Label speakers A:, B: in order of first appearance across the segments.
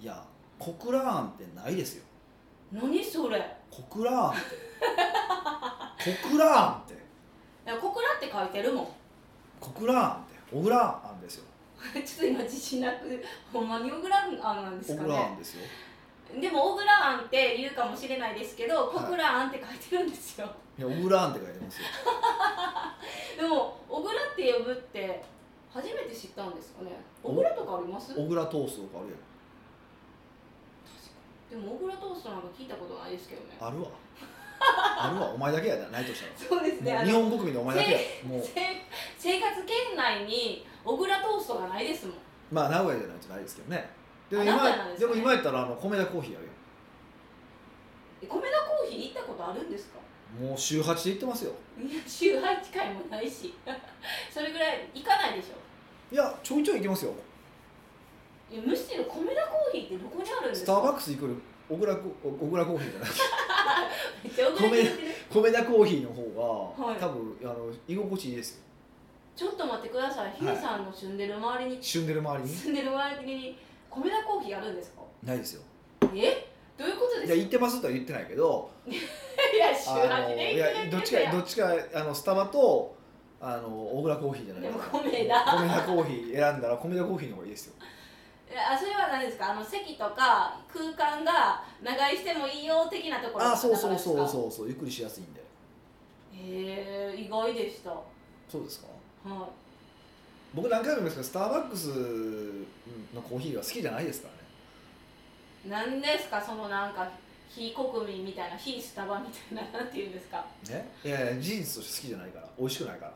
A: いやコクラーンってないですよ
B: 何それい
A: コクラーンってコクラーンって
B: や小倉って書いてるもん
A: コクラーンってオグラーンですよ
B: ちょっと今自信なくほんまに小倉あんなんです
A: オ
B: か
A: グラー
B: ね
A: ンですよ
B: でも小倉あんって言うかもしれないですけど
A: い
B: 小倉あんって書いてるんですよ、
A: いやオグラーンって書いてますよ
B: でも小倉って呼ぶって初めて知ったんですかね小倉とかあります
A: オグラトーストとかある
B: でも小倉トーストなんか聞いたことないですけどね
A: やんあるわあるわお前だけやなないとしたら
B: そうですね
A: も
B: あ
A: う
B: の
A: 日本国民のお前だけやもう
B: せ生活圏内に小倉トーストがないですもん
A: まあ名古屋じゃないとないですけどねでも
B: あ
A: 今
B: 名古屋なんです
A: で
B: ね
A: も今やったらあの米田コーヒーある
B: え米田コーヒー行ったことあるんですか
A: よもう週8で行ってますよ
B: いや週8回もないし それぐらい行かないでしょ
A: いやちょいちょい行きますよ
B: いやむしろ米田コーヒーってどこにあるんで
A: ス
B: す
A: ター
B: か
A: バックス行く小倉コ小倉コーヒーじゃない
B: めっちゃ小倉聞いてる
A: 米田コーヒーの方が、
B: はい
A: 多分あの居心地いいですよ
B: ちょっと待ってくださいヒデさんの住んでる周りに、
A: 旬でる周り に
B: 住んでる周りに米田コーヒーあるんですか
A: ないですよ
B: えどう いうことで
A: いや
B: す
A: 行ってますとは言ってないけど
B: かいや週
A: あ
B: 8
A: の
B: で
A: い
B: 行
A: や
B: くだけ
A: どっちかどっちかあのスタバとあの小倉コーヒーじゃない
B: でも
A: か
B: 米田
A: 米田コーヒー選んだら米田コーヒーの方がいいです よ
B: えあそれは何ですかあの席とか空間が長居してもいいよ的なところ
A: ああそうそうそう
B: う
A: そうそうゆっくりしやすいんで
B: へえ意外でしたは
A: そうですか
B: い
A: 僕何回も言いますけどスターバックスのコーヒーが好きじゃないですからね
B: 何ですかそのなんか非国民みたいな非スタバみたいななんて言うんですか
A: ねいやいや事実として好きじゃないから美味しくないから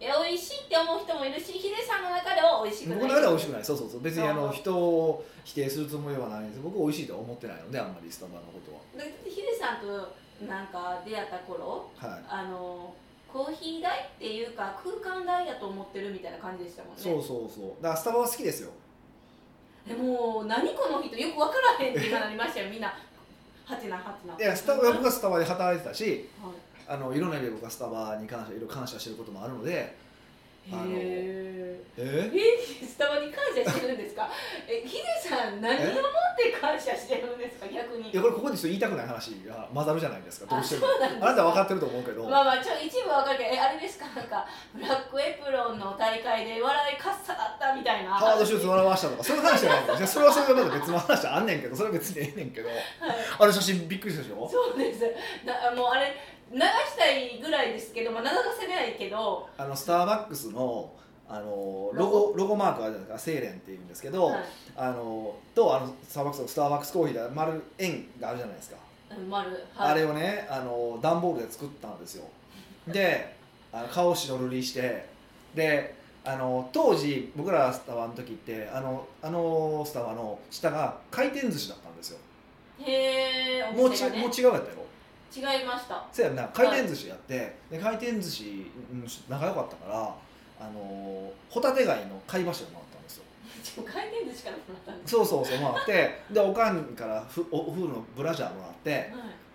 B: え美味しいって思う人もいるしヒデさんの中では美味しくない
A: 僕の中では美味しくないそうそうそう別にあ
B: あ
A: の
B: ー
A: 人を否定するつもりはないんです僕美味しいとは思ってないのであんまりスタバのこと
B: でヒデさんとなんか出会った頃
A: ははい
B: あのコーヒー代っていうか空間代だと思ってるみたいな感じでしたもんね
A: そうそうそうだからスタバは好きですよ
B: でもう何この人よく分からへんってなりましたよみんなはてなはてない
A: やスタバ僕はスタバで働いてたし
B: はい
A: あのいろんな意味で僕はスタバに関していろいろ感謝してることもあるのであの
B: へ
A: え
B: えスタバに感謝してるんですかえヒデさん何をもって感謝してるんですか逆に
A: いやこれここでちょっと言いたくない話が混ざるじゃないですかどうしても
B: あそうなんです
A: あなたは分かってると思うけど、
B: まあまあちょ一部は分かるけどえあれですかなんかブラックエプロンの大会で笑いかっさだったみたいな
A: ハードシューズ笑わしたとかそういう話じゃないんですよそれはそれでまた別の話あんねんけどそれは別にええねんけど
B: はい
A: あの写真びっくりしたでしょ
B: そうですなもうあれ流したいぐらいですけど、まあ、流せないけど、
A: あのスターバックスのあのロゴロゴマークあるじゃないですかセーレンっていうんですけど、
B: はい
A: あのとあのスターバックスのスターバックスコーヒーで丸円があるじゃないですか、
B: うん、丸、はい、
A: あれをねあの段ボールで作ったんですよであの顔白塗りしてであの当時僕らスタバの時ってあのあのスタバの下が回転寿司だったんですよ
B: へえ
A: も
B: お
A: うち
B: 店が、ね
A: も、う違うやったよ
B: 違いました
A: そうやんな回転寿司やって、で回転寿司うん仲良かったからあのホタテ貝の貝柱もらったんですよ
B: ちょっと回転寿司からもらったんです
A: そうそうそうもら ってでおかんからふおお風呂のブラジャーもらって
B: はい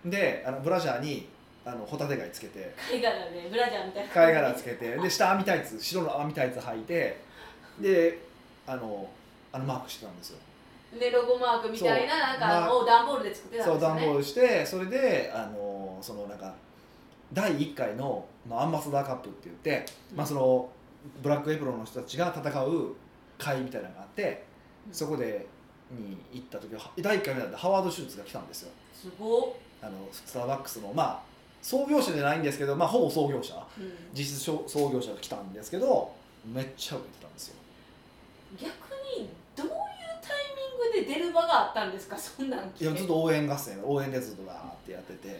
A: であのブラジャーにあのホタテ貝つけて
B: 貝殻でブラジャーみたいな
A: 貝殻つけてで下網タイツ白の網タイツ履いてであのあのマークしてたんですよ
B: でロゴマークみたいな
A: そう
B: なんかあの
A: ま
B: を段ボールで作ってたん
A: そう
B: ですよ
A: 段ボー
B: ね
A: ルしてそれであのそのなんか第1回のまあアンバサダーカップって言って、まあ、そのブラックエプロンの人たちが戦う会みたいなのがあって
B: うん
A: そこでに行った時は第1回目なんでハワード・シューツが来たんですよ
B: すご
A: あのスターバックスのまあ創業者じゃないんですけど、まあ、ほぼ創業者
B: っ、うん
A: 実質創創業者が来たんですけどめっちゃ受けてたんですよ
B: 逆にどういうタイミングで出る場があったんですか そんなん
A: いやずっと応援合戦応援でずっとバーってやってて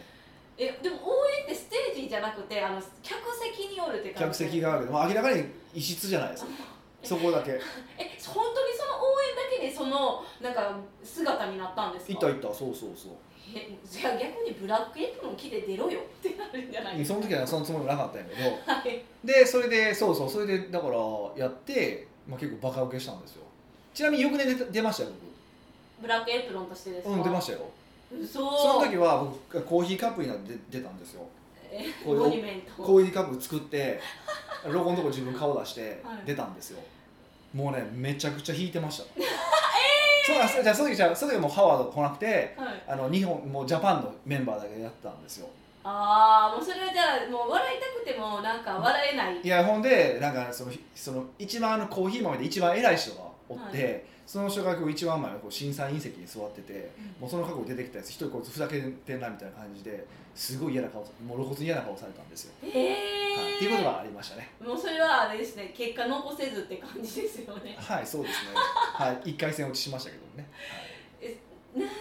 B: えでも応援ってステージじゃなくてあの客席によるって感
A: 客
B: じ
A: 席があるけど、まあ、明らかに異質じゃないですか そこだけ
B: え本当にその応援だけでそのなんか姿になったんですか
A: いたいたそうそうそう
B: えじゃあ逆にブラックエプロン着て出ろよってなるんじゃないです
A: その時はそのつもりもなかったんやけど
B: かはい
A: でそれでそうそうそれでだからやって、まあ、結構バカ受けしたんですよちなみに翌年出た出ましたよ
B: ブラックエプロンとしてですか
A: 僕うん出ましたよ
B: 嘘
A: その時は僕がコーヒーカップになって出出たんですよ
B: え
A: こういう
B: モニュメント
A: コーヒーカップ作ってロゴのとこ自分顔出して
B: はい
A: 出たんですよ、もうねめちゃくちゃ引いてましたええじゃあその時じゃあその時もうハワード来なくて
B: はい、
A: あの日本もうジャパンのメンバーだけでやってたんですよ
B: ああもうそれはじゃあもう笑いたくてもなんか笑えない
A: いやほんでなんかそのその一番あのコーヒー豆で一番偉い人がおって、
B: は
A: その人がこう一番前のこう審査員席に座っててもうその過去出てきたやつ一人こいつふざけてんなみたいな感じですごい嫌な顔さもう露骨に嫌な顔されたんですよ、
B: え
A: はい、
B: え
A: っていうことがありましたね
B: もうそれはあれですね結果残せずって感じですよ ね
A: はいそうですねはい一回戦落ちしましたけどね、
B: なんで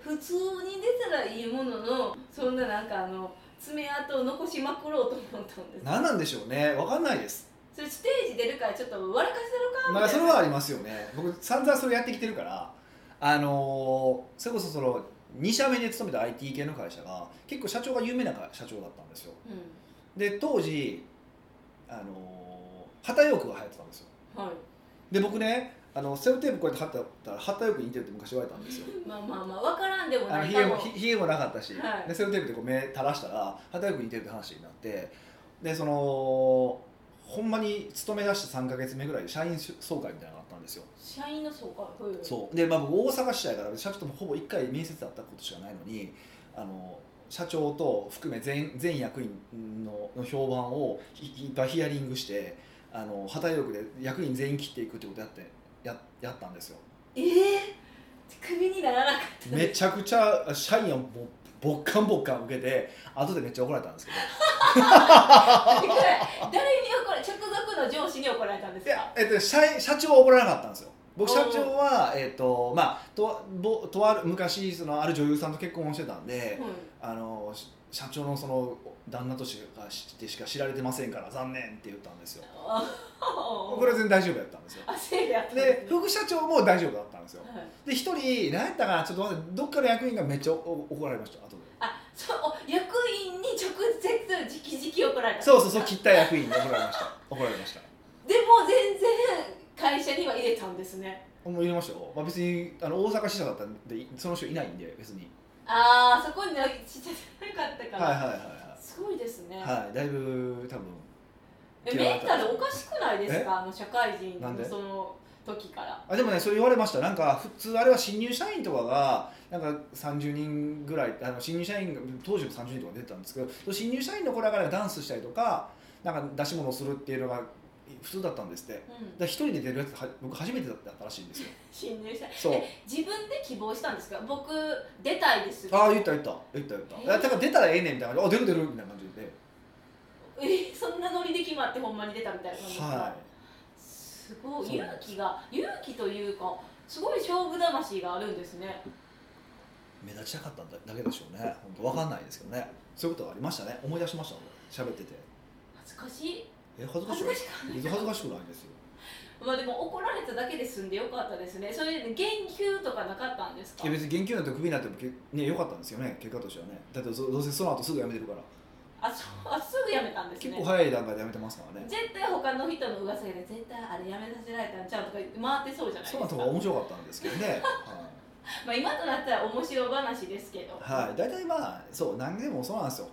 B: 普通に出たらいいもののそんななんかあの爪痕を残しまくろうと思ったんです
A: はい、何なんでしょうねわかんないです
B: それステージ出るからちょっと笑かせろ
A: ま
B: か
A: あ
B: み
A: そ
B: たい
A: れ
B: な、
A: はありますよね僕散々それやってきてるからあのーそれこそその2社目で勤めた IT 系の会社が結構社長が有名な社長だったんですよ
B: う
A: で当時あのー旗ヨークが流行ってたんですよ
B: ん、は
A: で僕ねあのセロテープこうやって貼ってたら旗ヨークに似てるって昔言われたん ですよ
B: いまあまあまあ分からんでも
A: あの
B: ない
A: ひ
B: か
A: げも
B: も
A: ひひげもなかったし、
B: はい
A: でセロテープでこう目垂らしたら旗よく似てるって話になってでそのほんまに勤め出して3か月目ぐらいで社員総会みたいなのがあったんですよ、
B: 社員の総会ほいほい
A: そうで、まあ、僕大阪市やから社長ともほぼ1回面接だったことしかないのにあの社長と含め全全役員のの評判をいいっぱいヒアリングしてあの旗よくで役員全員切っていくってことやってややったんですよ
B: ええクビにならなかった
A: めちゃくちゃ社員をもうボッカンボッカン受けて後でめっちゃ怒られたんですけど
B: ってぐらい誰に怒られ直属の上司に怒られたんです
A: い
B: か
A: や、えっと、社員社長は怒らなかったんですよ僕
B: お
A: 社
B: ー
A: 長は、えっとまあ、とぼとある昔そのある女優さんと結婚をしてたんで、
B: はい
A: あのし社長のその旦那としてしか知られてませんから残念って言ったんですよ
B: あ
A: これは全然大丈夫やったんですよ
B: あせいやったん
A: です
B: ね
A: 副社長も大丈夫だったんですよ
B: はい
A: で一人何やったかなちょっと待ってどっかの役員がめっちゃおお怒られました後で
B: あそう役員に直接直々怒られた
A: そうそうそう切った役員に怒られました 怒られました
B: でも全然会社には入れたんですね
A: 思いましたよ、まあ、別にあの大阪支社だったんでいその人いないんで別に
B: ああそこにはちっちゃくなかったか
A: はい
B: ら、
A: はいは
B: すごいですね、
A: いはい、はい、だいぶ多分
B: えメンタルおかしくないです
A: え
B: かあの社会人
A: なん
B: の
A: で
B: その時から
A: あでもねそれ言われましたなんか普通あれは新入社員とかがなんか30人ぐらいあの新入社員が当時も30人とか出てたんですけど新入社員の子らがねダンスしたりとかなんか出し物をするっていうのが普通だったんですってだか
B: うん
A: ら一人で出るやつは僕初めてだったらしいんですよ
B: 新入社
A: そう
B: 自分で希望したんですか僕出たいです
A: ああ言った言った言った言ったいやだから出たらええねんみたいな感じあ出る出るみたいな感じで
B: えそんなノリで決まってほんまに出たみたいな感じですか、
A: はい
B: すご
A: そう
B: い勇
A: なんです
B: 気が勇気というかすごい勝負魂があるんですね
A: 目立ちたかっただけでしょうね本当わかんないですけどねそういうことがありましたね思い出しました俺喋ってて
B: 恥ずかしい
A: え恥ずかしく
B: 恥ず
A: な
B: か
A: い
B: し
A: 別
B: くない
A: に恥ずかしくないですよ
B: まあでも怒られただけで済んでよかったですねそれで言及とかなかったんですか
A: いや別に減給なんてクビになってもけね良かったんですよね結果としてはねだってそどうせその後すぐ辞めてるから
B: あそうあすぐやめたんです
A: 結
B: ね
A: 構早い段階で辞めてますからね
B: 絶対他の人の噂で絶対あれやめさせられたんちゃうとか言って回ってそうじゃない
A: そ
B: で
A: の
B: す
A: 後
B: か
A: が面白かったんですけどね、は
B: まあ今となったら面白話ですけど
A: い、はい、大体まあそう何でもそうなんですよ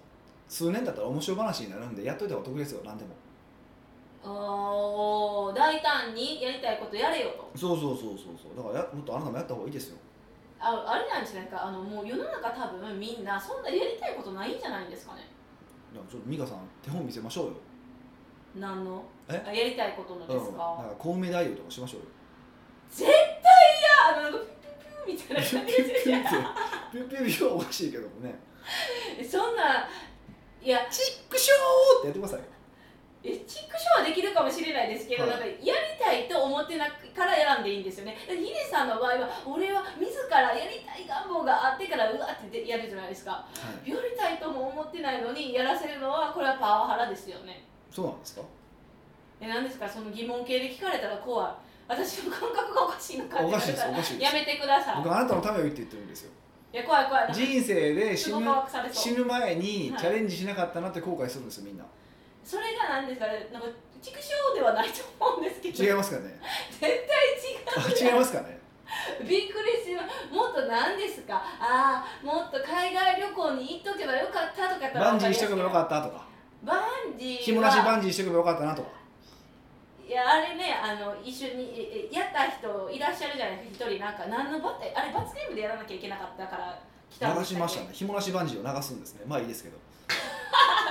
A: 数年だったら面白い話になるんでやっといた方が得ですよ何でも
B: おー大胆にやりたいことやれよと
A: そうそうそうそうそうだからやもっとあなたもやった方がいいですよ
B: ああれなんじゃないかあのもう世の中多分みんなそんなやりたいことないんじゃないんですかね
A: いやちょっと美香さん手本見せましょうよ
B: 何の
A: え
B: あやりたいことの
A: うん、
B: で
A: な
B: す
A: ん
B: か、
A: かコウメ太夫とかしましょうよ
B: 絶対嫌あのなんかピュピュピュみたいな感じで
A: ピュッピュッピュッピュッピュッはおかしいけどもね
B: そんないや
A: チックショーってやってくださいよ
B: えチックショーはできるかもしれないですけど、
A: はい
B: なんかやりたいと思ってなくから選んでいいんですよねでヒデさんの場合は俺は自らやりたい願望があってからうわってやるじゃないですか
A: はい
B: やりたいとも思ってないのにやらせるのはこれはパワハラですよね
A: そうなんですか
B: え何ですかその疑問系で聞かれたら怖い私の感覚がおかしいのかって
A: お
B: な
A: か
B: る
A: しいです
B: か
A: お
B: ら
A: かしいで
B: や
A: す
B: めてください
A: 僕あなたのためを言って言ってるんですよ
B: いや怖い怖いなんか
A: 人生で死
B: すご
A: ぬ
B: く乾くされそう
A: 死ぬ前に
B: はい
A: チャレンジしなかったなって後悔するんですよみんな
B: それが何ですかねなんかチックショーではないと思うんですけど
A: 違い
B: 絶
A: ますかね
B: 対違
A: あ
B: う
A: 違いますかね
B: びっくりしますもっと何ですかああもっと海外旅行に行っとけばよかったとかやったら
A: バンジーしとけばよか
B: っ
A: ったとか
B: たバンジー
A: ひもなし
B: は
A: バンジーしとけばよかったなとか
B: いいやあれねあの一緒にええやった人いらっしゃるじゃないですか一人なんか何のバッテあれ罰ゲームでやらなきゃいけなかったから来たん
A: 流
B: です
A: し
B: けど
A: ましたねひもなしバンジーを流すんですねまあいいですけど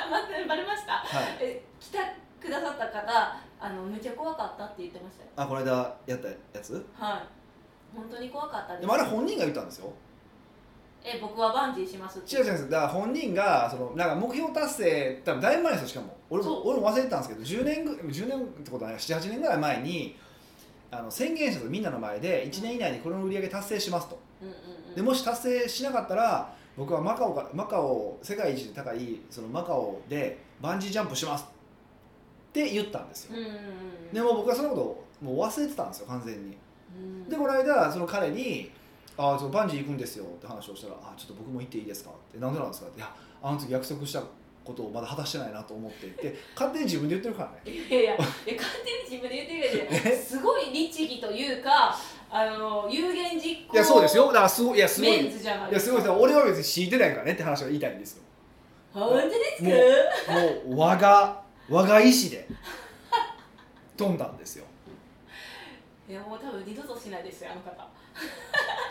B: あ待ってバレました
A: はい
B: え来たくださった方あのめっちゃ怖かったって言ってましたよ
A: あこの間やったやつ
B: はい本当に怖かったです
A: でもあれ本人が言ったんですよ
B: え僕はバンジーしますって
A: 違う違うんですだから本人がそのなんか目標達成多分だいぶ前ですよしかも俺
B: そう
A: も俺も忘れてたんですけど10年ぐ10年ってことはない78年ぐらい前にあの宣言したとみんなの前で1年以内にこの売り上げ達成しますと
B: うんうんうん
A: でもし達成しなかったら僕はマカオかマカオ世界一高いそのマカオでバンジージャンプしますって言ったんです
B: うん
A: よ
B: うんうん
A: でも僕はそのことをもう忘れてたんですよ完全に
B: うん
A: でこの間その彼に「あちょっとバンジー行くんですよ」って話をしたら「あちょっと僕も行っていいですか?」って「なんでなんですか?」って「いやあの時約束したことをまだ果たしてないなと思って」って勝手に自分で言ってるからね
B: いやいやいや勝手に自分で言ってる けどすごい律儀というかあの有言実行
A: いやそうですよだからすごいいやすごい
B: メン
A: い
B: ズじゃない
A: やすごいですよ俺は別に敷いてないからねって話を言いたいんですよ
B: 本当ですか
A: ももう我が我が意志で飛んだんですよ
B: いやもう多分二度としないですよあの方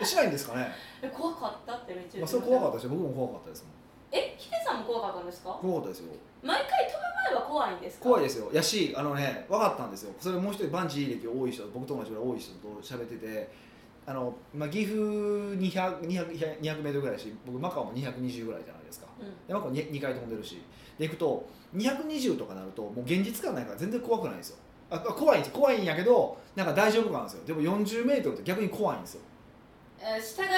A: えしないんですかね、
B: え怖かったってめっち
A: まあ、
B: ゃ言っ
A: そ
B: て
A: れ
B: ました
A: 怖かったですよ僕も怖かったですも
B: えヒデさんも怖かったんですか
A: ん怖かったですよ
B: 毎回飛ぶ前は怖いんですか
A: 怖い
B: い
A: ですよやしあのね分かったんですよそれもう一人バンジー歴多い人僕と同じぐらい多い人と喋っててあの、まあ、岐阜200 200 200メートルぐらいだし僕マカオも220ぐらいじゃないですか
B: うん
A: でマカオ 2, 回飛んでるしで行くと220とかなるともう現実感ないから全然怖くないんですよああ怖いんです怖いんやけどなんか大丈夫感あるんですよでも40メートルって逆に怖いんですよ
B: えー下が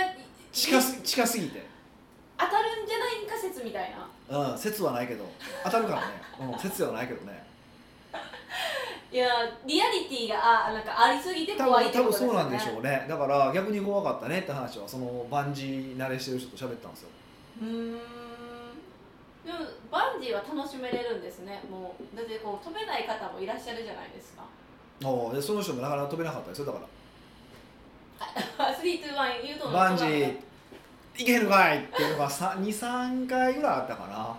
A: 近す近すぎて
B: 当たるんじゃないんか説みたいな
A: うん説はないけど当たるからね、 うん、説はないけどね
B: いやリアリティがあなんかありすぎて
A: 多
B: 怖い
A: 分
B: って
A: 多
B: こと
A: 分
B: ですよ
A: そう
B: ね
A: なんでしょうねだから逆に怖かったねって話はそのバンジー慣れしてる人と喋ったんですよ
B: うーんでもバンジーは楽しめれるんですねもうだってこう飛べない方もいらっしゃるじゃないですか
A: おうでその人もなかなか飛べなかったですよだか
B: 321誘導
A: ら
B: の
A: バンジー行けるかいっていうのが23回ぐらいあったかな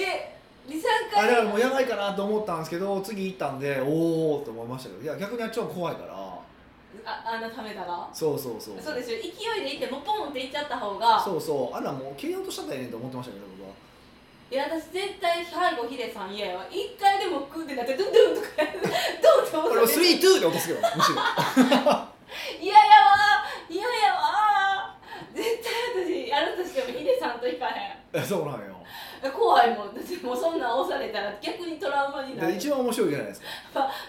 B: え23
A: あ
B: 回
A: だからもうやばいかなと思ったんですけど次行ったんでおおと思いましたけどいや逆にあっちは怖いから
B: ああんなためたら
A: そうそうそう
B: そうですよ勢いでいってもうポンっていっちゃった方が
A: そうそうあんなもう蹴り落としたんだよねと思ってましたけど僕はい
B: や私絶対背後ヒデさん嫌やわ一回でもクーってなってドゥンドゥンとかやる ドンっ
A: 俺
B: て落
A: も
B: とす
A: 3・2で落とすけどむしろ
B: 嫌やわ嫌やわ絶対私やるとしてもヒデさんといかへ
A: いや そうなんよ
B: ん怖いもんだってもうそんなん押されたら逆にトラウマにな
A: で
B: る
A: 一番面白いじゃないですか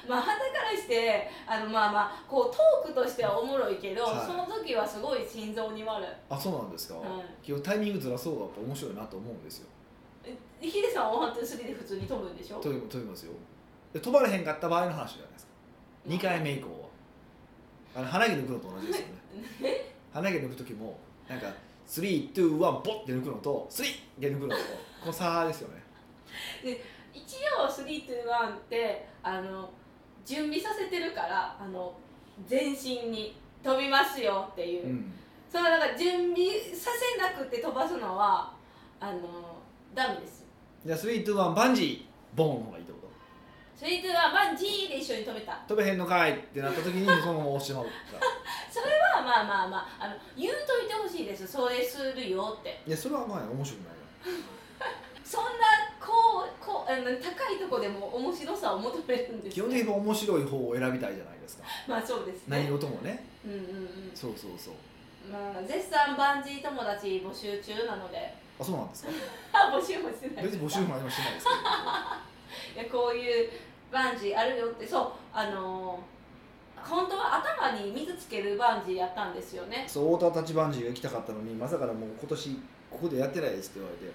B: まあはからしてあのまあまあこうトークとしてはおもろいけど、
A: はい
B: その時はすごい心臓に悪い、
A: あそうなんですか、
B: う
A: 今日タイミングずらそうがやっぱ面白いなと思うんですよ
B: ん、ヒデさんはワンツースリーで普通に飛ぶんでしょ
A: 飛び飛びますよで飛ばれへんかった場合の話じゃないですか2回目以降はあの鼻毛抜くのと同じですよね鼻毛抜く時もなんか321ボッて抜くのとスリッで抜くのとこの差ですよね
B: 一応321ってあの準備させてるからあの全身に飛びますよっていうう、
A: ん
B: そのだから準備させなくて飛ばすのはあのダメです
A: じゃあ321バンジーボーンの方がいいってこ
B: 321バンジーで一緒に飛べた
A: と飛べへんのかいってなった時にそのまま押してまうから
B: まあまあまあまああの言うといてほしいですそれするよって
A: いやそれはまあ面白くないよ
B: そんなこうこうあの高いとこでも面白さを求めるんです
A: 基本的に面白い方を選びたいじゃないですか
B: まあそうです
A: 何
B: ね
A: 事もね
B: うんうんうん
A: そうそうそう
B: まあ絶賛バンジー友達募集中なので
A: あそうなんですか
B: あ募集もしてない
A: 別に募集も何もしてないですけど
B: いやこういうバンジーあるよってそうあのー本当は頭に水つけるバンジーやったんですよね
A: そう太田立バンジーが行きたかったのにまさかのもう今年ここでやってないですって言われ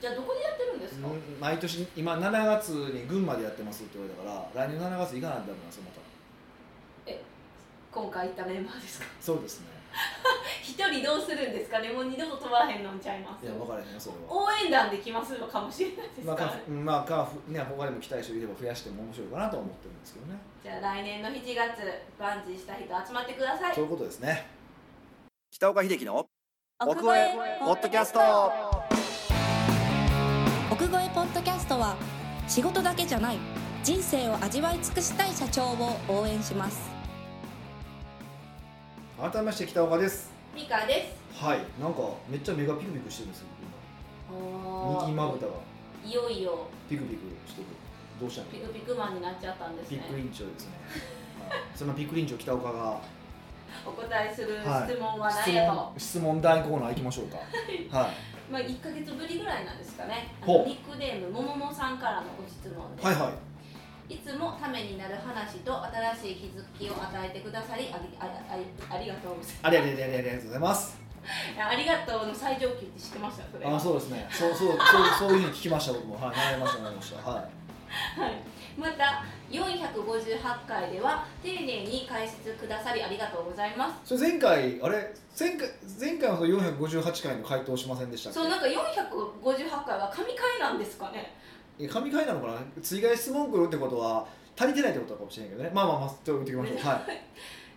B: じゃあどこでやってるんですか、
A: てうん毎年今7月に群馬でやってますって言われたから来年の7月行かないとダメなんですよまた
B: 今回行ったメンバーですか
A: そうですね
B: 一人どうするんですかねもう二度と飛ばへんのんちゃいます
A: いや分からへんよそれは
B: 応援団で来ますのかもしれないですか
A: まあ
B: ら、
A: かうんまあかふね他にも来たい人いれば増やしても面白いかなとは思ってるんですけどね
B: じゃあ来年の7月バンジーした人集まってください
A: そういうことですね北岡秀樹の
C: 奥越えポッドキャスト奥越えポッドキャストは仕事だけじゃない
D: 人生を味わい尽くしたい社長を応援します
A: 改めまして北岡です
B: ミカです
A: はいなんかめっちゃ目がピクピクしてるんですよ今右まぶたが
B: いよいよ
A: ピクピクしてるどうしたの
B: ピクピクマンになっちゃったんです
A: ピ
B: ね
A: ックリンチョですねはいそのピックリンチョ北岡が
B: お答えする質問は
A: 質
B: 何やと、
A: 問質問大コーナー行きましょう かはい
B: まあ1か月ぶりぐらいなんですかねあ
A: ほ
B: の
A: う
B: ニックネームもももさんからのご質問です、
A: はいはい
B: いつもためになる話と新しい気づきを与えてくださりありありありありがとうござい
A: ありありありありありがとうございます
B: ます。ありがとうの最上級って知ってましたそれ。
A: あそうですねそうそうそうそういうふうに聞きました僕もはい習いました習いましたはい
B: はい。また458回では丁寧に解説くださりありがとうございま
A: それ前回あれ前回前回はその458回の回答しませんでしたっ
B: す。
A: け
B: そうなんか458回は神回なんですかね。
A: え神回なのかな追加質問来るってことは足りてないってことかもしれないけどねまあまあまあちょっと置いておきましょうはい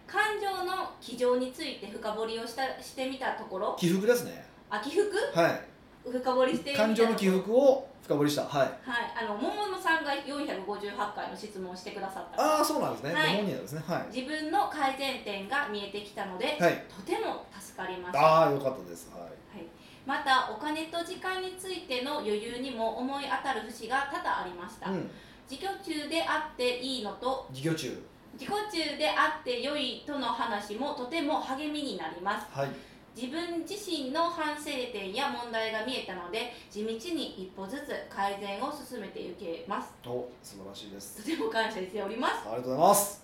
B: 感情の起乗について深掘りをしたしてみたところ、
A: 起伏ですね
B: あ起伏
A: は
B: 深掘りしてみ
A: い
B: たとこ
A: 感
B: ろ
A: 情の起。伏を深掘りしたはい
B: はい。あの桃野さんが458回の質問をしてくださった。
A: ああそうなんですね、
B: はい
A: ご本人なんですねはい
B: 自分の改善点が見えてきたので、
A: はい
B: とても助かりましたは
A: ああよかったですはい
B: い、またお金と時間についての余裕にも思い当たる節が多々ありました、
A: うん
B: 自己中であっていいのと
A: 授業中
B: 自己中であって良いとの話もとても励みになります
A: はい
B: 自分自身の反省点や問題が見えたので地道に一歩ずつ改善を進めていけます
A: お素晴らしいです
B: とても感謝しておりま
A: ありがとうございます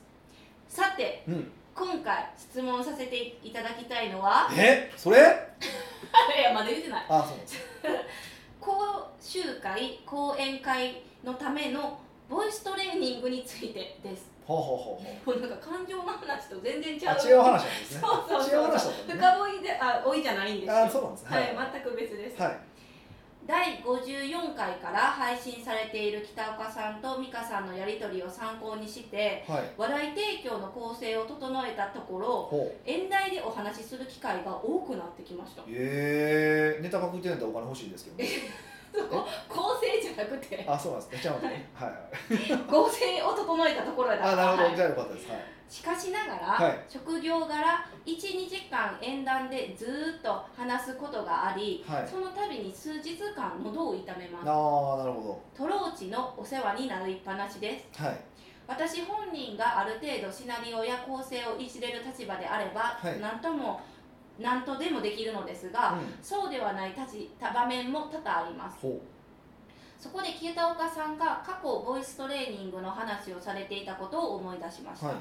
B: すさて
A: うん
B: 今回質問させていただきたいのは
A: えそれ
B: いやまだ言ってない
A: あそうなんです
B: 講習会講演会のためのボイストレーニングについてです
A: ほうほうほうほう
B: もうなんか感情の話と全然違
A: あ
B: う
A: 違う話なんですね
B: そうそうそう
A: 違う話だったん
B: 深追いであ追いじゃないんですよ
A: あそうなんですね
B: は
A: はい
B: い、全く別です、
A: はい
B: 第54回から配信されている北岡さんと美香さんのやり取りを参考にして
A: はい
B: 話題提供の構成を整えたところ
A: ほう
B: 演題でお話しする機会が多くなってきました
A: ええネタ確定なんてお金欲しいですけどね
B: そこ構成じゃなくて
A: あそうなんですねじゃあねはいはい
B: 構成を整えたところだ
A: あなるほ
B: はい
A: どじゃあよかったですはい
B: しかしながら、
A: はい
B: 職業柄12時間演談でずーっと話すことがあり、
A: はい
B: その度に数日間喉を痛めます
A: ああなるほ
B: トローチのお世話になりっぱなしです
A: どはい
B: 私本人がある程度シナリオや構成をいじれる立場であれば、
A: はい
B: 何とも何とでもできるのですが、
A: うん
B: そうではない立場場面も多々あります
A: ほ
B: そこで北岡さんが過去ボイストレーニングの話をされていたことを思い出しまし
A: う
B: た、
A: は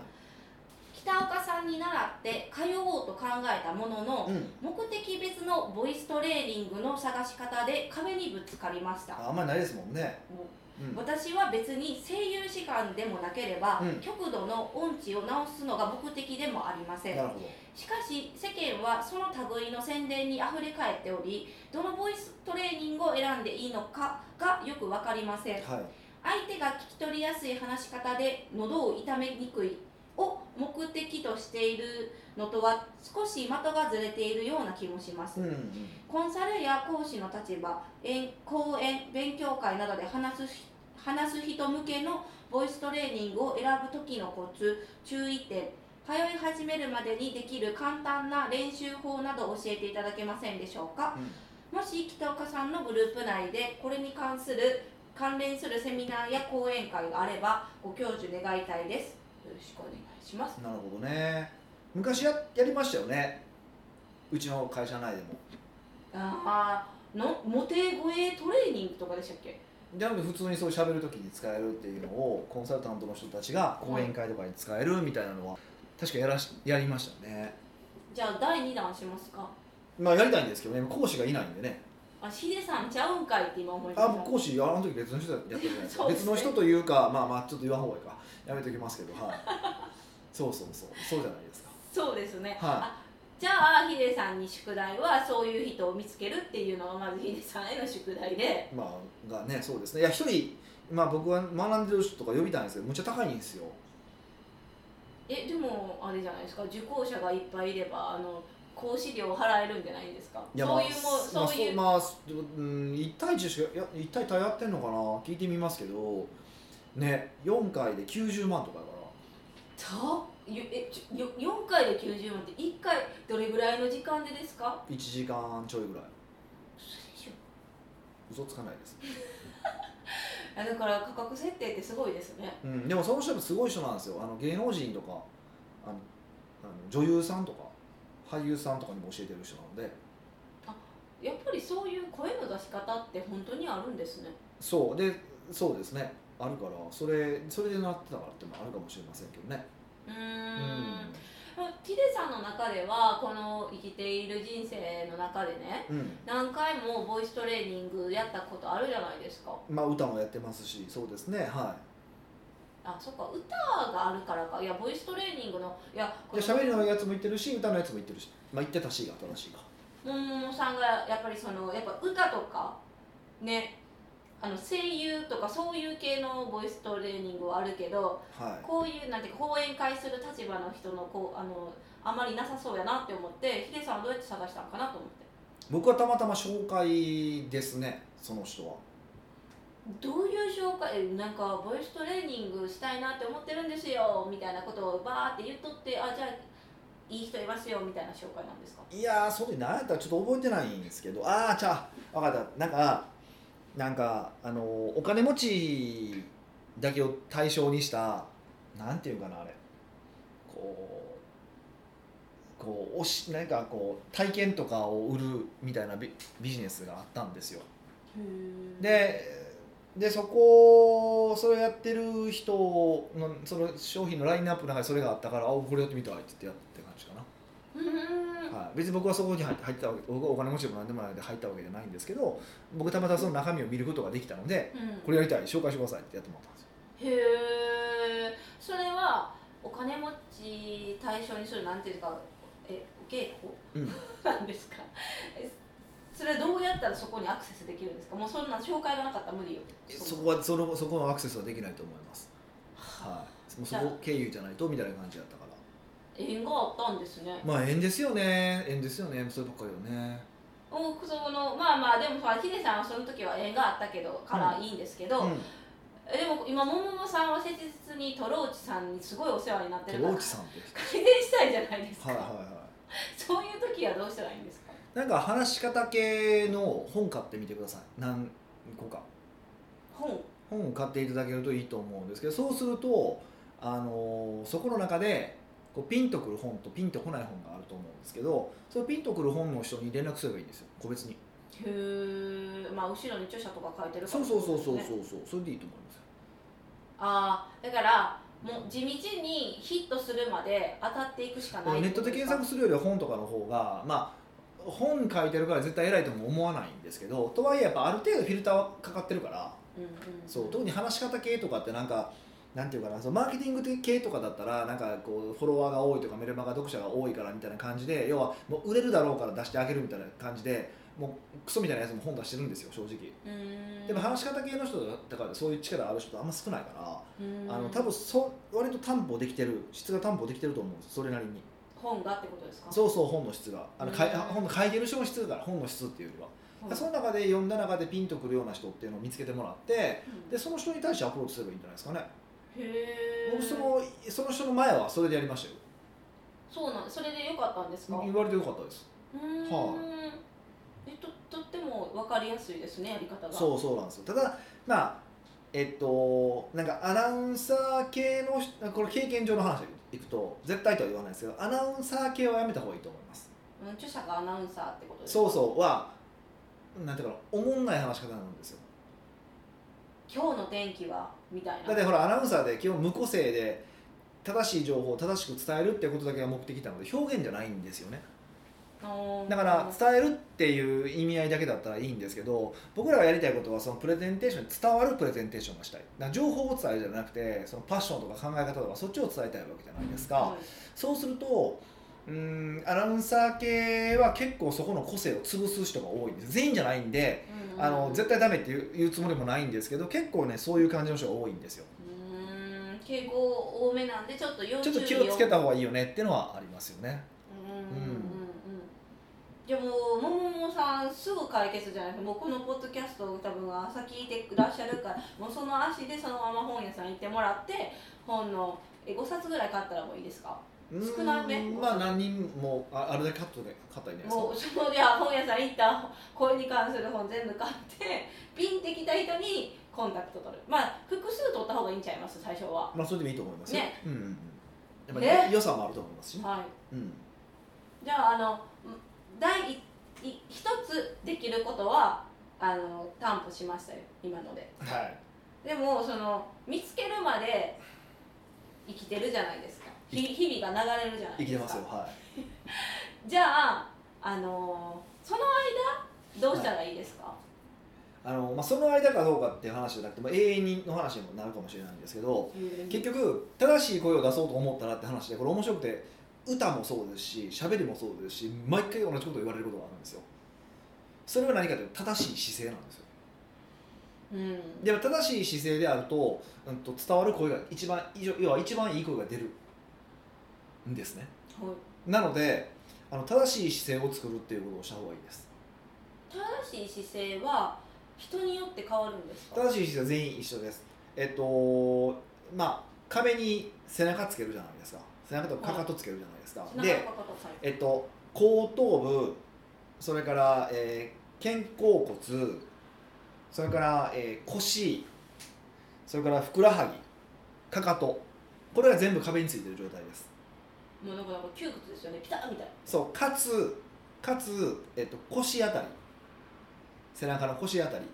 B: 北岡さんに習って通おうと考えたものの
A: いうん
B: 目的別のボイストレーニングの探し方で壁にぶつかりました
A: ああんまりないですもんねうん
B: 私は別に声優志願でもなければ、
A: うん
B: 極度の音痴を直すのが目的でもありません
A: なるほど
B: しかし世間はその類の宣伝にあふれ返っておりどのボイストレーニングを選んでいいのかがよく分かりません
A: はい
B: 相手が聞き取りやすい話し方で喉を痛めにくいを目的としているのとは少し的がずれているような気もします、
A: うんうん
B: コンサルや講師の立場演講演勉強会などで話す人話す人向けのボイストレーニングを選ぶ時のコツ注意点通い始めるまでにできる簡単な練習法など教えていただけませんでしょうか
A: うん
B: もし北岡さんのグループ内でこれに関する関連するセミナーや講演会があればご教授願いたいですよろしくお願いします
A: なるほどね昔ややりましたよねうちの会社内でも
B: ああのモテ声トレーニングとかでしたっけ
A: でなので普通にそう喋る時に使えるっていうのをコンサルタントの人たちが講演会とかに使えるみたいなのは確かやらしやりましたね
B: じゃあ第2弾しますか
A: まあやりたいんですけどね講師がいないんでね
B: あヒデさんちゃうんかいって今思いま
A: あ
B: した
A: 僕講師あの時別の人やったじゃないですか
B: そうです
A: 別
B: ね
A: の人というかまあまあちょっと言わん方がいいかやめときますけどはいそうそうそうそうじゃないですか
B: そうですね、
A: は
B: あじゃあヒデさんに宿題はそういう人を見つけるっていうのがまずヒデさんへの宿題で
A: まあがねそうですねいや一人まあ僕は学んでる人とか呼びたいんですけどむっちゃ高いんですよ
B: えでもあれじゃないですか受講者がいっぱいいればあの講師料払えるんじゃないんですか
A: いや
B: そ
A: ま
B: う
A: あ
B: いうも
A: まあ
B: そういう、
A: まあ、うん、1対1しかいや1対対やってんのかな聞いてみますけどね4回で90万とかだか
B: とよえちょよ4回で90万って1回どれぐらいの時間でですから
A: 1時間ちょいぐらい
B: 嘘でしょ
A: 嘘つかないです、
B: あだから価格設定ってすごいですね
A: うん、でもその人もすごい人なんですよあの芸能人とかあのあの女優さんとか俳優さんとかにも教えてる人なので
B: やっぱりそういう声の出し方って本当にあるんですね
A: そうでそうですねあるからそれそれでなってたからってのもあるかもしれませんけどね
B: うー
A: うん
B: ヒデさんの中ではこの生きている人生の中でね
A: うん
B: 何回もボイストレーニングやったことあるじゃないですか
A: まあ歌もやってますしそうですねは
B: あそっか歌があるからかいやボイストレーニングのいや
A: いで
B: の
A: 喋りのやつも言ってるし歌のやつも言ってるしまあ言ってたしが正しいが
B: もももさんがやっぱりそのやっぱ歌とかねあの声優とかそういう系のボイストレーニングはあるけど
A: はい
B: こういうなんていうか講演会する立場の人のこうあのあまりなさそうやなって思ってヒデさんはどうやって探したのかなと思って
A: 僕はたまたま紹介ですねその人は
B: どういう紹介えなんかボイストレーニングしたいなって思ってるんですよみたいなことをバーって言っとってあじゃあいい人いますよみたいな紹介なんですか
A: いやーそれ何やったらちょっと覚えてないんですけどああじゃあ分かったなんかなんかあのーお金持ちだけを対象にしたなんていうかなあれこうこうおしなんかこう体験とかを売るみたいなビビジネスがあったんですよででそこそれやってる人のその商品のラインナップの中にそれがあったからあこれやってみたいって言ってやって感じかな
B: うーん
A: はい、別に僕はそこに入入ったわけ僕はお金持ちでも何でもないので入ったわけじゃないんですけど僕たまたまその中身を見ることができたので
B: うん
A: これやりたい紹介してくださいってやってもらったんですよ
B: へえそれはお金持ち対象にするなんていうかえお稽古、
A: うん
B: なんですかえそれはどうやったらそこにアクセスできるんですかもうそんな紹介がなかったら無理よ
A: えそこはそのそこのアクセスはできないと思います、はい、もうそこ経由じゃないとみたいな感じだったから
B: 縁があったんですね
A: まあ縁ですよね縁ですよねそればっかりよね
B: おそのまあまあでもさヒデさんはその時は縁があったけどからいいんですけど、
A: う
B: えでも今もももさんは切実にトローチさんにすごいお世話になってる
A: ん
B: か
A: 寺
B: ら
A: 内さんって
B: 改善したいじゃないですか、
A: はいはいは
B: そういう時はどうしたらいいんですか
A: いなんか話し方系の本買ってみてください何個か
B: 本
A: 本を買っていただけるといいと思うんですけどそうすると、あのーそこの中でこうピンとくる本とピンとこない本があると思うんですけどそのピンとくる本の人に連絡すればいいんですよ個別に
B: へえまあ後ろに著者とか書いてるか
A: そ
B: ら
A: うそうそうそうそう
B: ね
A: そうそれでいいと思いますよ
B: ああだからもう地道にヒットするまで当たっていくしかない
A: ネットで検索するよりは本とかの方がまあ本書いてるから絶対偉いとも思わないんですけどとはいえやっぱある程度フィルターはかかってるから
B: うんうん
A: そう特に話し方系とかってなんかなんていうかなそのマーケティング系とかだったらなんかこうフォロワーが多いとかメルマガ読者が多いからみたいな感じで要はもう売れるだろうから出してあげるみたいな感じでもうクソみたいなやつも本出してるんですよ正直
B: うーん
A: でも話し方系の人だからそういう力ある人あんま少ないから、
B: うーん
A: あの多分そう割と担保できてる質が担保できてると思うんですそれなりに
B: 本がってことですか
A: そうそう本の質があのかい
B: うん
A: 本の書いてる人の質だから本の質っていうよりは、
B: はい
A: その中で読んだ中でピンとくるような人っていうのを見つけてもらって
B: うん
A: でその人に対してアプローチすればいいんじゃないですかね
B: へえ
A: 僕そのその人の前はそれでやりましたよ
B: そうなんそれでよかったんですかう
A: 言われてよかったです
B: ーんえととっても分かりやすいですねやり方が
A: そうそうなんですよただまあえっとなんかアナウンサー系の人これ経験上の話でいくと絶対とは言わないですけどアナウンサー系はやめた方がいいと思います
B: うん著者がアナウンサーってことですか
A: そうそうはなんていうかなおもんない話し方なんですよ
B: 今日の天気はみたいな
A: だってほらアナウンサーで基本無個性で正しい情報を正しく伝えるってことだけが目的なので表現じゃないんですよねだから伝えるっていう意味合いだけだったらいいんですけど僕らがやりたいことはそのプレゼンテーションに伝わるプレゼンテーションがしたいだから情報を伝えるじゃなくてそのパッションとか考え方とかそっちを伝えたいわけじゃないですか、そうするとうーんアナウンサー系は結構そこの個性を潰す人が多いんです全員じゃないんであの絶
B: 対
A: 対ダメって言う言うつもりもないんですけど結構ねそういう感じの人が多いんですよ
B: うーん傾向多めなんでちょっと要
A: ちょ
B: 注
A: っ
B: 意
A: と気をつけた方がいいよねっていうのはありますよね
B: うんうんうんうんでももももさんんすぐ解決じゃないですかもうこのポッドキャストを多分朝聞いてくらっしゃるからもうその足でそのまま本屋さん行ってもらって本のえ5冊ぐらい買ったらもういいですか
A: うん
B: 少なめ
A: まあ何人もああれでカットで買ったらいいんじゃない
B: も
A: で
B: うそのじゃあ本屋さん行ったこれに関する本全部買ってピンってきた人にコンタクト取るまあ複数取った方がいいんちゃいます最初は
A: すかまあそれでもいいと思いますよ、
B: ね
A: うんうんうん、やっぱ
B: ね
A: り良さもあると思いますしね、
B: はい
A: うん、
B: じゃああのん第一い一つできることはあの担保しましたよ今ので
A: はい
B: でもその見つけるまで生きてるじゃないですかひ日々が流れるじゃな
A: 生
B: いで
A: き
B: すか
A: てますよはい
B: じゃああのその間どうしたらいいですか、
A: あのまあ、その間かどうかっていう話じゃなくて、まあ、永遠にの話にもなるかもしれないんですけど結局正しい声を出そうと思ったらって話でこれ面白くて歌もそうですし喋りもそうですし毎回同じことを言われることがあるんですよそれは何かというと正しい姿勢なんですよ
B: うん
A: でも正しい姿勢であると,、うん、と伝わる声が一番以上要は一番いい声が出るんですね
B: はい
A: なのであの正しい姿勢を作るっていうことをした方がいいです
B: 正しい姿勢は人によって変わるんですか
A: 正しい姿勢は全員一緒ですえっとまあ壁に背中つけるじゃないですか背中とかかとつけるじゃないですか、
B: 背中
A: で
B: のかかとさ
A: え
B: え
A: っと後頭部それから、えー肩甲骨それから、えー腰それからふくらはぎかかとこれが全部壁についてる状態です
B: もうなんかなんか窮屈ですよねピタッみたいな
A: そうかつかつ、えっと、腰あたり背中の腰あたり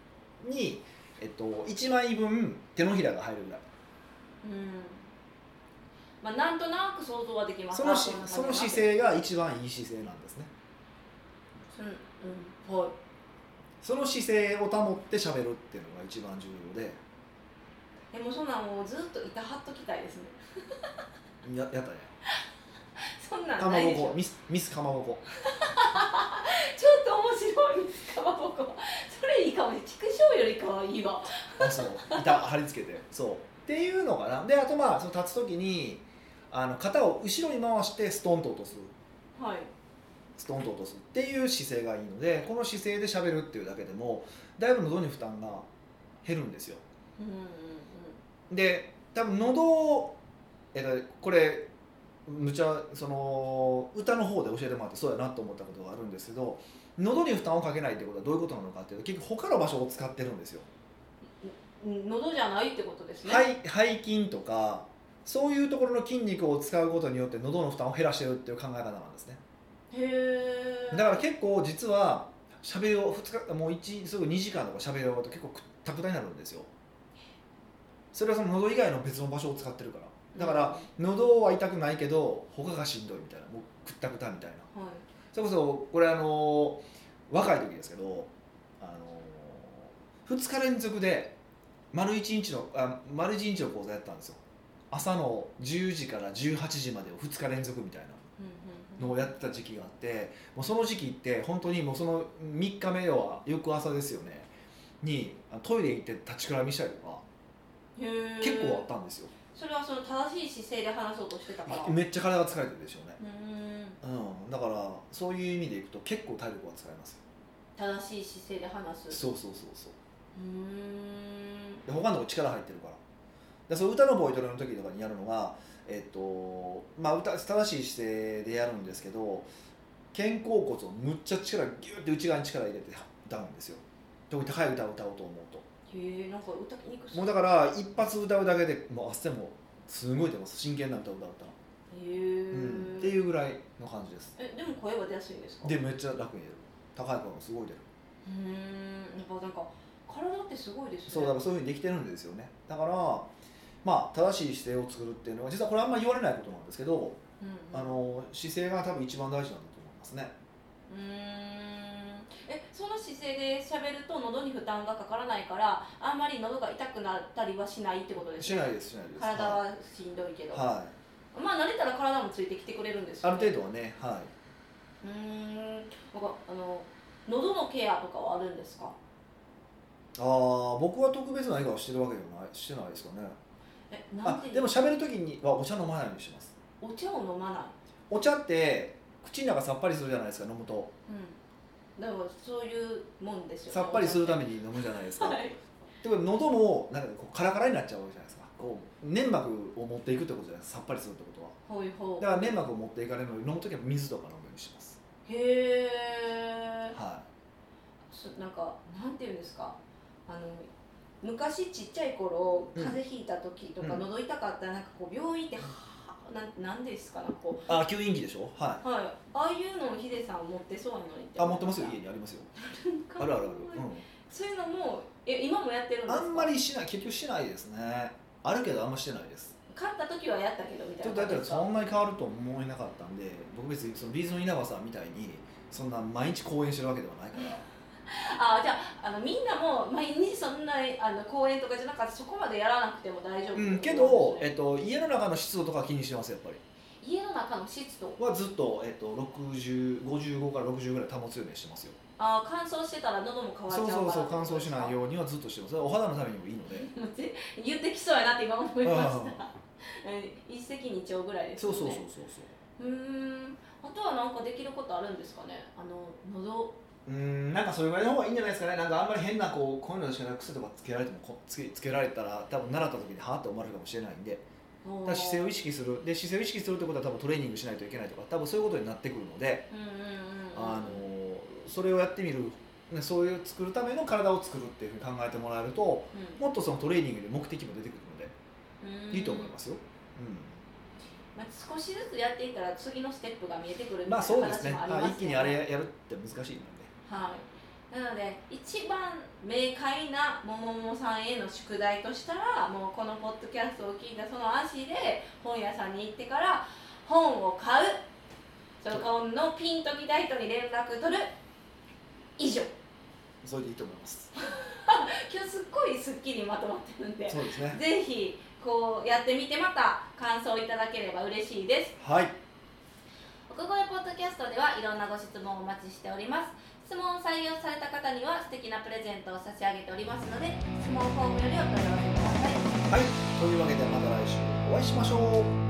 A: に、えっと、1枚分手のひらが入るぐらい
B: うんまあなんとなく想像はできます
A: その
B: あ
A: し
B: こんな
A: その
B: 感じ
A: 姿
B: だな
A: 勢が一番いい姿勢なんですね
B: うんうんはい
A: その姿勢を保って喋るっていうのが一番重要で
B: えもうそんなんもうずっといたはっときたいですね
A: ややったね
B: そんなん
A: かま
B: ない
A: ぼ
B: でし
A: こ
B: ょ
A: ミスミスかまぼこ
B: ちょっと面白いですかまぼこそれいいかもね畜生よりかはいいわ
A: あそう板貼り付けてそうっていうのかなであとまあその立つ時にあの肩を後ろに回してストンと落とす
B: はい
A: ストンと落とすっていう姿勢がいいのでこの姿勢で喋るっていうだけでもだいぶ喉に負担が減るんですよ
B: うんうんうん
A: で多分喉をえっとこれむちゃその歌の方で教えてもらってそうやなと思ったことがあるんですけど喉に負担をかけないってことはどういうことなのかっていうと結局他の場所を使ってるんですよ
B: うん喉じゃないってことですね
A: 背背筋とかそういうところの筋肉を使うことによって喉の負担を減らしてるっていう考え方なんですね
B: へえ
A: だから結構実は喋りを2日もう1すぐ2時間とか喋りを終わると結構くったくたになるんですよそれはその喉以外の別の場所を使ってるからだから
B: は
A: 喉は痛くないけど他がしんどいみたいなもうくったくたみたいないそれこそこれあの若い時ですけどあの2日連続で丸1日のあ丸一日の講座やったんですよ朝の10時から18時までを2日連続みたい
B: うん
A: な
B: うん
A: のをやってた時期があってもうその時期って本当にもうその3日目は翌朝ですよねにあトイレ行って立ちくらみしたりとか
B: うんへえ
A: 結構あったんですよ
B: それはその正しい姿勢で話そうとしてたからう
A: めっちゃ体が疲れてるでしょうね
B: ーん
A: うんだからそういう意味でいくと結構体力は使えますよ
B: 正しい姿勢で話す
A: そうそうそうそう
B: うーん
A: で他のとこ力入ってるからでその歌のボイトレの時とかにやるのが、えっとまあ、歌正しい姿勢でやるんですけど肩甲骨をむっちゃ力ギュッて内側に力入れて歌うんですよ特に高い歌を歌おうと思う
B: へえなんか歌いにく
A: ともうだから一発歌うだけでもう汗もすごい出ます真剣な歌を歌うたら、
B: へえ、
A: うん、っていうぐらいの感じです
B: えでも声は出やすいんですか
A: でめっちゃ楽に出る高い声もすごい出る
B: うーんやっぱなんか体ってすごいですね
A: そうだからそういうふうにできてるんですよねだからまあ正しい姿勢を作るっていうのは実はこれあんま言われないことなんですけど
B: うんうん、
A: あの姿勢が多分一番大事なんだと思いますね
B: うーんえその姿勢で喋ると喉に負担がかからないからあんまり喉が痛くなったりはしないってことです
A: し
B: ね
A: ないですしないです
B: 体
A: は
B: はしんどいけ
A: い、
B: ど、
A: はい
B: まあ慣れたら体もついてきてくれるんです
A: あ
B: よ、
A: る
B: ね、
A: 程度はねは
B: うーんなんかあの喉のケアとかはあるんですか
A: いああ僕は特別な笑顔してるわけでもないしてないですかね
B: えなん
A: あ
B: て
A: でも喋る時にはお茶飲まないようにしてます
B: お茶を飲まない
A: お茶って口の中さっぱりするじゃないですか飲むと
B: うだからそういうもんですよ
A: さっぱりするた
B: め
A: めに飲むじゃないですか、
B: はい
A: でも喉もなんかこうカラカラになっちゃうわけじゃないですかこう粘膜を持っていくってことじゃないですかさっぱりするってことは
B: ほいほ
A: だから粘膜を持っていかれるので飲む時は水とか飲むようにしてます、
B: いへえ
A: は
B: そなんかなんていうんですかあの昔ちっちゃい
A: う
B: 頃
A: ん
B: 風邪ひいた時とか、
A: うん
B: 喉痛かったらなんかこう病院行ってはあなんなんですかなんかこ
A: い、あ吸引器でしょは
B: うはいああいうのをヒデさん持ってそうなのにっ
A: い
B: て
A: あ
B: 思
A: 持
B: っ
A: って
B: た
A: ますよ家にありますよあるあ
B: なんか
A: るある、う
B: そういうのもえ今もやってるん
A: ん、
B: です
A: あ
B: か
A: んまりしない結局しないですねあるけどあんましてないです
B: 勝った時はやったけどみたい
A: ちょ
B: な
A: っとだった
B: 感じで
A: ら
B: すか
A: そんなに変わると思えなかったんで僕別にそのビーズの稲葉さんみたいにそんな毎日公演してるわけではないから
B: あじゃああのみんなも毎日そんなあの公演とかじゃなくてそこまでやらなくても大丈夫、
A: うんけど、えっと、家の中の湿度とか気にしてますやっぱり
B: 家の中の湿度
A: はずっと、えっと、6055から60ぐらい保つようにしてますよ
B: あ乾燥してたら喉も乾いちゃ
A: そうう
B: から
A: そうそう乾燥しないようにはずっとしてますそれはお肌のためにもいいので
B: もうぜ言ってきそうやなって今思い まし
A: うん
B: た。え一石二鳥ぐらいです
A: そ
B: よ
A: う
B: ね。
A: そうそうそう
B: う。ん。あとはなんかできることあるんですかね。あの喉。
A: そううんなんかそれぐらいの方がいいんじゃないですかねなんかあんまり変なこうこういうのしかなく癖とかつけられてもこつけつけられたら多分習った時にはあって思われるかもしれないんで
B: の
A: だから姿勢を意識するで姿勢を意識するってことは多分トレーニングしないといけないとか多分そういうことになってくるので、
B: うんうんうん。
A: あのそれをやってみるねそういう作るための体を作るっていうふうに考えてもらえるともっとそのトレーニングで目的も出てくるので、
B: うん。。
A: いいと思いますすよ、
B: まあ少しずつやっていったら次のステップが見えてくる
A: う
B: み
A: ん、ま
B: たい
A: あそ
B: な
A: うですね
B: 話もあり
A: ま
B: ますよね。
A: あ一気にあれ。やるって難しいので
B: はい。なので一番明快なもももさんへの宿題としたらもうこのポッドキャストを聞いたその足で本屋さんに行ってから本を買うそこのピンときた人に連絡取る以上
A: それでいいと思います
B: 今日すっごいすっきりまとまってるんで
A: そうですね
B: ぜひこうやってみてまた感想いただければ嬉しいです
A: はい
B: 奥越ポッドキャストではいろんなご質問をお待ちしております質問を採用された方には素敵なプレゼントを差し上げておりますので質問フォームよりお問い合わせください
A: はいというわけでまた来週お会いしましょう